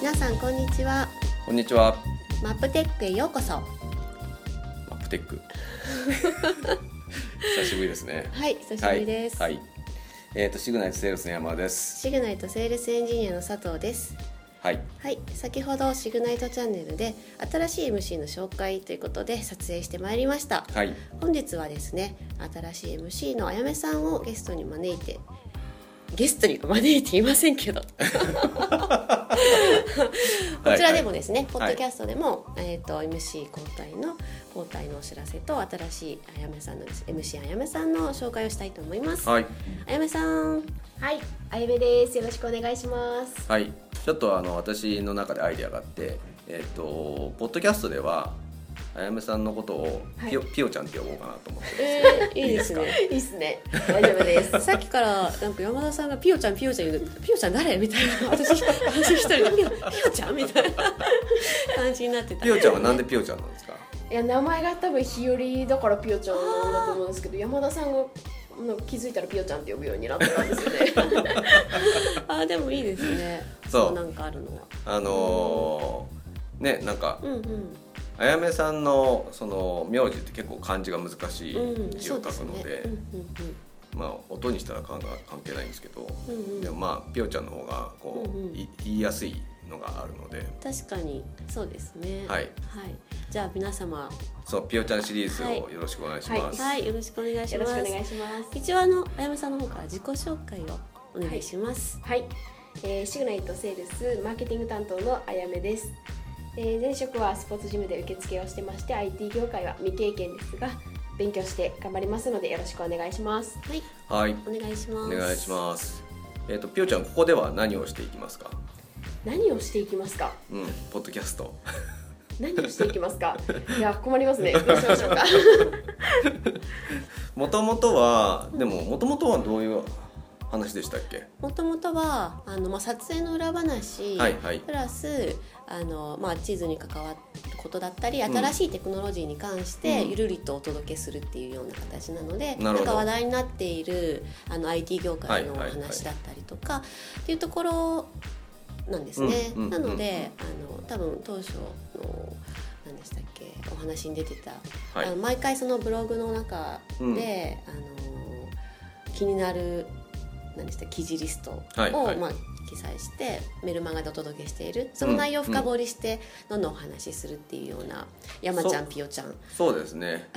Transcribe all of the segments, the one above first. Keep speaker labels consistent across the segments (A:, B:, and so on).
A: 皆さんこんにちは
B: こんにちは。
A: マップテックへようこそ
B: マップテ ック。久しぶりですね。
A: はい久しぶりです、
B: はい。はい、えっ、とシグナイトセールスの山田です。
A: シグナイトセールスエンジニアの佐藤です
B: はい。
A: はい先ほどシグナイトチャンネルで新しい MC の紹介ということで撮影してまいりました
B: はい。
A: 本日はですね新しい MC のあやめさんをゲストに招いてゲストには招いていません けどこちらでもですね、ポッドキャストでも、えー、と MC 交代の交代のお知らせと新しいあやめさんの MC あやめさんの紹介をしたいと思います、
B: はい。
A: あやめさん
C: はい、あゆめです。よろしくお願いします。
B: はい。ちょっとあの私の中でアイデアがあって、えっ、とポッドキャストではあやめさんのことをピオ、ピオちゃんって呼ぼうかなと思って。
A: えー、いいですね
B: いい
C: いいっすね。大丈夫です。
A: さっきからなんか山田さんがピオちゃんピオちゃん言うのピオちゃん誰みたい な私私一人でピオピオちゃんみたいな感じになってた
B: ピオちゃんはなんでピオちゃんなんですか。
C: いや、名前が多分日和だからピヨちゃんなんだと思うんですけど、山田さんが。の気づいたらピヨちゃんって呼ぶようになったんです よね。
A: あーでもいいですね
B: そう
A: なんかあるのは
B: あのーねなんか
A: うんうん
B: あやめさんのその名字って結構漢字が難しい
A: うん
B: 字
A: そ
B: を書
A: うです
B: く
A: ね
B: ので。まあ、音にしたら関関係ないんですけど、
A: うんうんうんう
B: で
A: ん
B: もまあピオちゃんの方がこう、
A: うんうん
B: い言いやすいのがあるので、
A: 確かにそうですね
B: はい、
A: はい、じゃあ皆様
B: そのピオちゃんシリーズ
A: は
B: を
A: い
B: よろしくお願いします。
A: はいよろしくお願いし
C: よろ
A: ま
C: しく
A: す
C: お願いします。
A: 一応あのあやめさんの方から自己紹介をお願いします、
C: はい、えーシグナイトセールスマーケティング担当のあやめです、えー前職はスポーツジムで受付をしてまして IT 業界は未経験ですが勉強して頑張りますのでよろしくお願いします
A: はい、
B: はい、
A: お願いします
B: お願いします。えっ、とピオちゃんここでは何をしていきますか？
C: 何をしていきますか
B: うん、ポッドキャスト。
C: 何をしていきます かいや困ります ねどうしましょうか
B: もともとはでももともとはどういう話でしたっけ？
A: もともとはあの、まあ、撮影の裏話、
B: はいはい
A: プラスあの、まあ、地図に関わることだったり
B: うん
A: 新しいテクノロジーに関して
B: うん
A: ゆるりとお届けするっていうような形なので、
B: なるほど
A: んか話題になっているあの IT 業界のお
B: はいはいはい
A: 話だったりとか、っていうところなんですね。
B: うんうん
A: なのであの多分当初の何でしたっけお話に出てた、
B: はい
A: あの。毎回そのブログの中
B: うん
A: で、あの気になる何でした記事リストを、
B: はいはい
A: まあ、記載してメルマガでお届けしているその内容を深掘りして、どんどんお話しするっていうような山ちゃん
B: そう
A: ピヨちゃん
B: そうですね。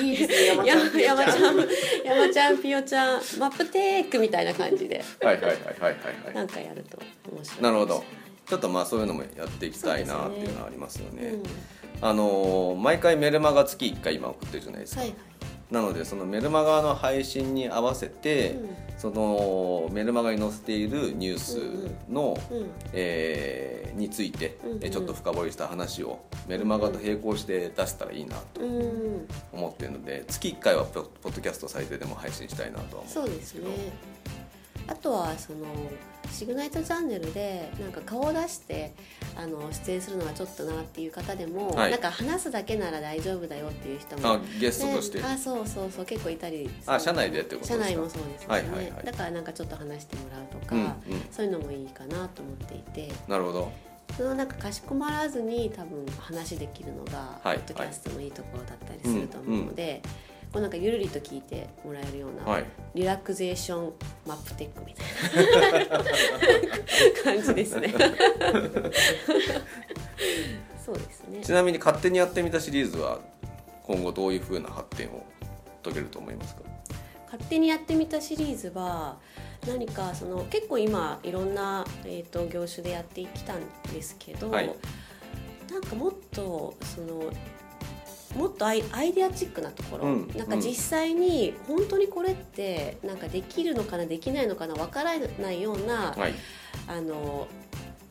C: いいですね山
A: 山
C: ち
A: ち
C: ゃ
A: ゃん
C: ん
A: 山ちゃん山ちゃんピヨちゃんマップテークみたいな感じで
B: はいはいはいはいはいは
A: なんかやると面白いかもしれ
B: い。
A: い
B: なるほど。ちょっとまあそういうのもやっていきたいなっていうのはありますよ
A: うん
B: ね。
A: はい
B: あのー毎回メルマガ月1回今送ってるじゃないですか、
A: はい
B: なのでそのメルマガの配信に合わせて、そのメルマガに載せているニュースの、
A: うんうん
B: えーについて、
A: うんうん
B: えーちょっと深掘りした話をメルマガと並行して出せたらいいなと
A: うん、
B: 思ってるので月1回はポポッドキャスト最低でも配信したいなとは思
A: そうですねあとはそのシグナイトチャンネルでなんか顔を出してあの出演するのはちょっとなっていう方でも、
B: はい
A: なんか話すだけなら大丈夫だよっていう人も
B: あゲストとして、
A: ねあそうそうそう結構いたり
B: あ社内でってことですか
A: 社内もそうですよね、
B: はいはいはい
A: だからなんかちょっと話してもらうとか、
B: うんうん
A: そういうのもいいかなと思っていて
B: なるほど
A: そのなんかかしこまらずに多分話できるのが、
B: はい
A: ポッドキャストのいいところだったりすると思うので、こうなんかゆるりと聞いてもらえるような、
B: はい
A: リラクゼーションマップテックみた いな感じですね。そうですね。
B: ちなみに勝手にやってみたシリーズは今後どういうふうな発展を遂げると思いますか
A: 勝手にやってみたシリーズは何かその結構今いろんな、えー、と業種でやってきたんですけど、
B: はい
A: なんかもっとそのもっとアイアイデアチックなところ、
B: うん
A: なんか実際に本当にこれってなんかできるのかなできないのかなわからないような
B: はい
A: あの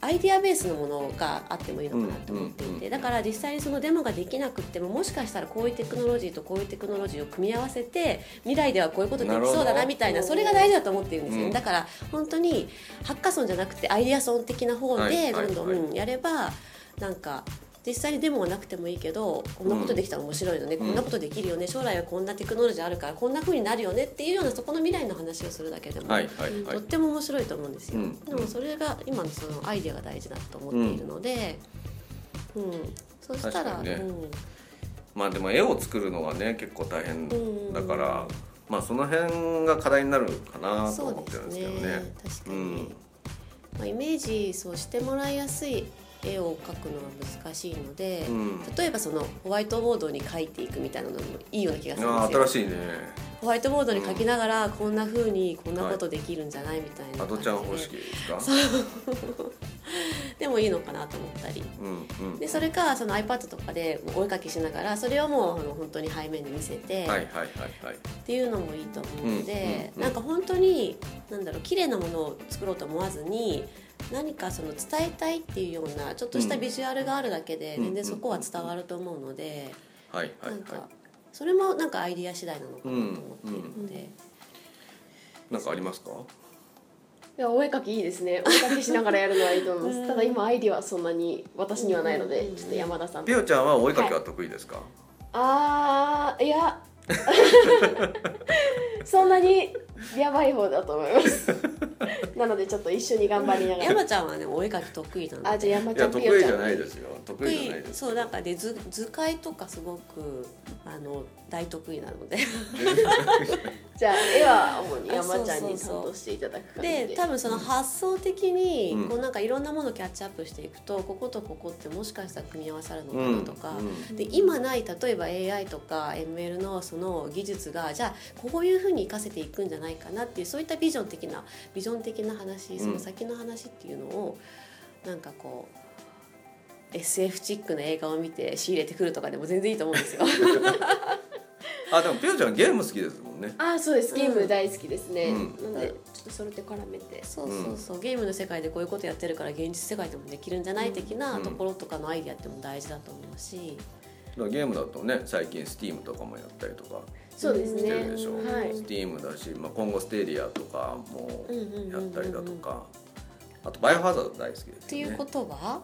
A: アイデアベースのものがあってもいいのかなと思っていて、
B: うんうんうん
A: だから実際にそのデモができなくってももしかしたらこういうテクノロジーとこういうテクノロジーを組み合わせて未来ではこういうことできそうだ
B: なるほ
A: な
B: ど
A: みたいなそれが大事だと思っているんですよね、
B: うん
A: だから本当にハッカソンじゃなくてアイデアソン的な方
B: はい
A: で
B: は
A: ど
B: い
A: んどん
B: はい
A: うんやればなんか実際にデモはなくてもいいけどこんなことできたら面白いよね、
B: うん
A: こんなことできるよね将来はこんなテクノロジーあるからこんな風になるよねっていうようなそこの未来の話をするだけでも、
B: はいはいは
A: とっ
B: い
A: ても面白いと思うんですよ、
B: うん
A: でもそれが今のそのアイデアが大事だと思っているので、うんそした
B: 確
A: ら、
B: かにね
A: うん
B: まあでも絵を作るのはね結構大変
A: うん
B: だから、まあその辺が課題になるかなと
A: そう
B: 思って
A: です
B: るんですけ
A: ね
B: どね。
A: 確か
B: う
A: に、
B: ん
A: まあ、イメージそうしてもらいやすい絵を描くのは難しいので、
B: うん
A: 例えばそのホワイトボードに描いていくみたいなのもいいような気がするん
B: あ
A: です
B: ー
A: よ
B: 新しいね
A: ホワイトボードに描きながらこんな風にこんなことできるんじゃないみたいな感
B: アド
A: じ
B: ち
A: で
B: ゃん方式ですか
A: でもいいのかなと思ったり
B: うんうん
A: でそれかその iPad とかでお絵描きしながらそれをもうあの本当に背面に見せて、
B: はいはいはいはい
A: っていうのもいいと思うので、
B: うんうんうん
A: なんか本当に何だろう綺麗なものを作ろうと思わずに何かその伝えたいっていうようなちょっとしたビジュアルがあるだけで
B: うん
A: 全然そこは伝わると思うので、
B: はいはい
A: なんか
B: は
A: それもなんかアイディア次第なのかなと思っているの
C: うんうん
A: で、
B: いなんかありますか
C: いやお絵かきいいです ねお絵かきしながらやるのはいいと思いま
A: うん
C: すただ今アイディアはそんなに私にはないの
A: うん
C: で
A: うんうん
C: ちょっと山田さん
B: ピオちゃんはお絵かきは得意ですか、
C: あーい やそんなにやばい方だと思います なのでちょっと一緒に頑張りながら
A: 山ちゃんはねお絵描き得意なので
C: あじゃあ山
B: い
C: ちゃ
B: や
C: ん
B: 得
C: ピヨ
B: 意
C: ち
B: じ
C: ゃ
B: ゃ
C: ん
B: ないですよ得意じゃない
A: 得意
B: です
A: そうなんかね図図解とかすごくあの大得意なので
C: じゃあ絵は主に山ちゃんに
A: あそうそうそう
C: 担当していただく感じで
A: で多分その発想的に、
B: うん
A: こうなんかいろんなものをキャッチアップしていくとこことここってもしかしたら組み合わさるのか なとか、で今ない例えば AI とか ML のその技術がじゃあこういうふうに活かせていくんじゃないかなっていうそういったビジョン的なビジョン的な話その先の話っていうのを、なんかこう SF チックな映画を見て仕入れてくるとかでも全然いいと思うんですよ。
B: あでもピオちゃんゲーム好きですもんね
C: あそうですゲーム大好きですね、
B: う
C: なのでちょっとそれで絡めて
A: そうそうそう、ゲームの世界でこういうことやってるから現実世界でもできるんじゃない的な
B: うん
A: ところとかのアイディアっても大事だと思うし、
B: だからゲームだとね最近 Steam とかもやったりとか
C: そうです
B: して
C: ね
B: るでしょ、
A: うん
C: はい
B: Steam だし、まあ、今後ステディアとかも
A: うんうんうんうんうん
B: やったりだとかあとバイオハザード大好きですよね
A: っていうことは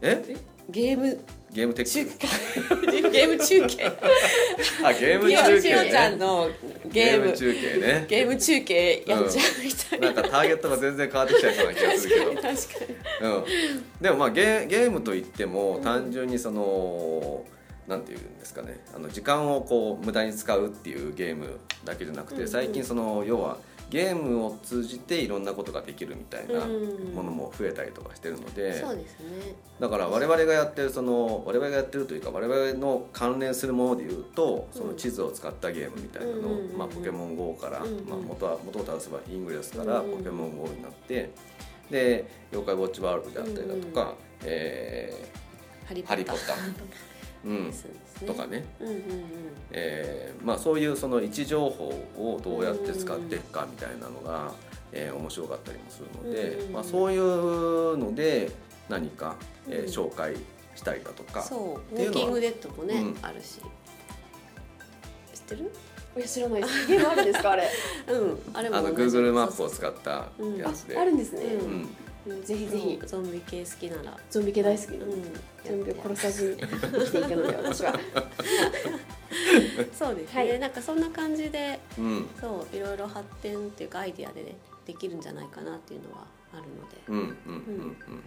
B: え
A: ゲーム
B: ゲームテ
A: 中
B: ック
A: 継ゲーム中継
B: あゲーム
A: ピオ
B: 中
A: ピオ
B: 継
A: ちゃん
B: ね
A: のゲ
B: ゲ
A: ー
B: ー
A: ム
B: ム中継ね
A: ゲーム中継やっちゃうみたいな、
B: なんかターゲットが全然変わってきちゃいそうな気がするけ
A: 確
B: ど
A: かに確か
B: うん、でもまあゲゲームといっても単純にその、なんていうんですかねあの時間をこう無駄に使うっていうゲームだけじゃな
A: う
B: く
A: んう
B: て
A: ん
B: 最近その要はゲームを通じていろんなことができるみたいな
A: うん
B: ものも増えたりとかしてるの
A: に
B: で
A: そうですね
B: だから我々がやってるその我々がやってるというか我々の関連するものでいうとその地図を使ったゲームみたいなのを
A: うんうんうんうん
B: まあポケモン GO から
A: うんうん
B: まあ元は元を正せばイングレスから
A: うんうん
B: ポケモン GO になってで「妖怪ウォッチワールド」であったりだとか「え
A: ハリ
B: ーハリー・
A: ポ
B: ポ
A: ッ
B: ッ
A: タ
B: タ
A: ー
B: ー」うん
A: そうですね
B: とかね
A: うんうんうん
B: えーまあそういうその位置情報をどうやって使っていくかみたいなのがえー面白かったりもするの
A: うんうんう
B: で
A: ん
B: まあそういうので何かえー
A: うん
B: 紹介したりだとか。
A: そうウ
B: ってい
A: ォ
B: うのは
A: ーキングデッドもね、
B: うん
A: あるし知ってる
C: いや知らないですゲームあるんですかあれ
A: うんあれも
B: あの
A: 同じ
B: Google マップを使ったやつで、
C: ああるんですね、
A: う
B: うんん、
C: うんぜひ
A: ぜ
C: ぜひ
A: ひゾンビ系好きなら、
C: ゾンビ系大好き
A: う
C: なんので、ゾンビを
A: やって
C: 殺さず に生きていくので私は
A: そうですね、
C: はい
A: なんかそんな感じで
B: うん、
A: そういろいろ発展っていうかアイディアで、ね、できるんじゃないかなっていうのはあるので、
B: うん、うん、うん、うん。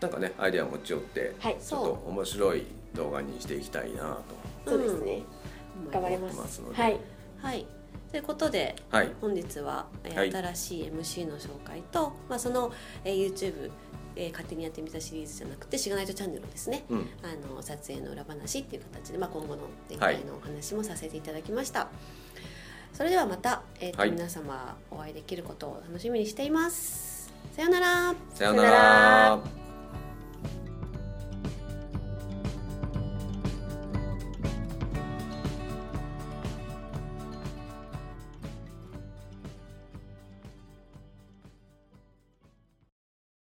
B: なんかね、アイデア持ち寄って、
C: はい
B: ちょっと面白い動画にしていきたいなと
C: そうですね、
A: うん
C: 頑張り
B: 思
C: ま
B: い
C: す
B: ますので。
C: はい
A: はいということで
B: はい、
A: 本日は、えー
B: はい
A: 新しい MC の紹介と、まあ、その、えー YouTube、えー勝手にやってみたシリーズじゃなくて「シグナイトチャンネル」のですね
B: うん、
A: あの撮影の裏話っていう形で、まあ、今後の展開のお話もさせていただきました、それではまた、えーと
B: はい
A: 皆様お会いできることを楽しみにしていますさようなら
B: さような
C: さような
B: ら
C: ら。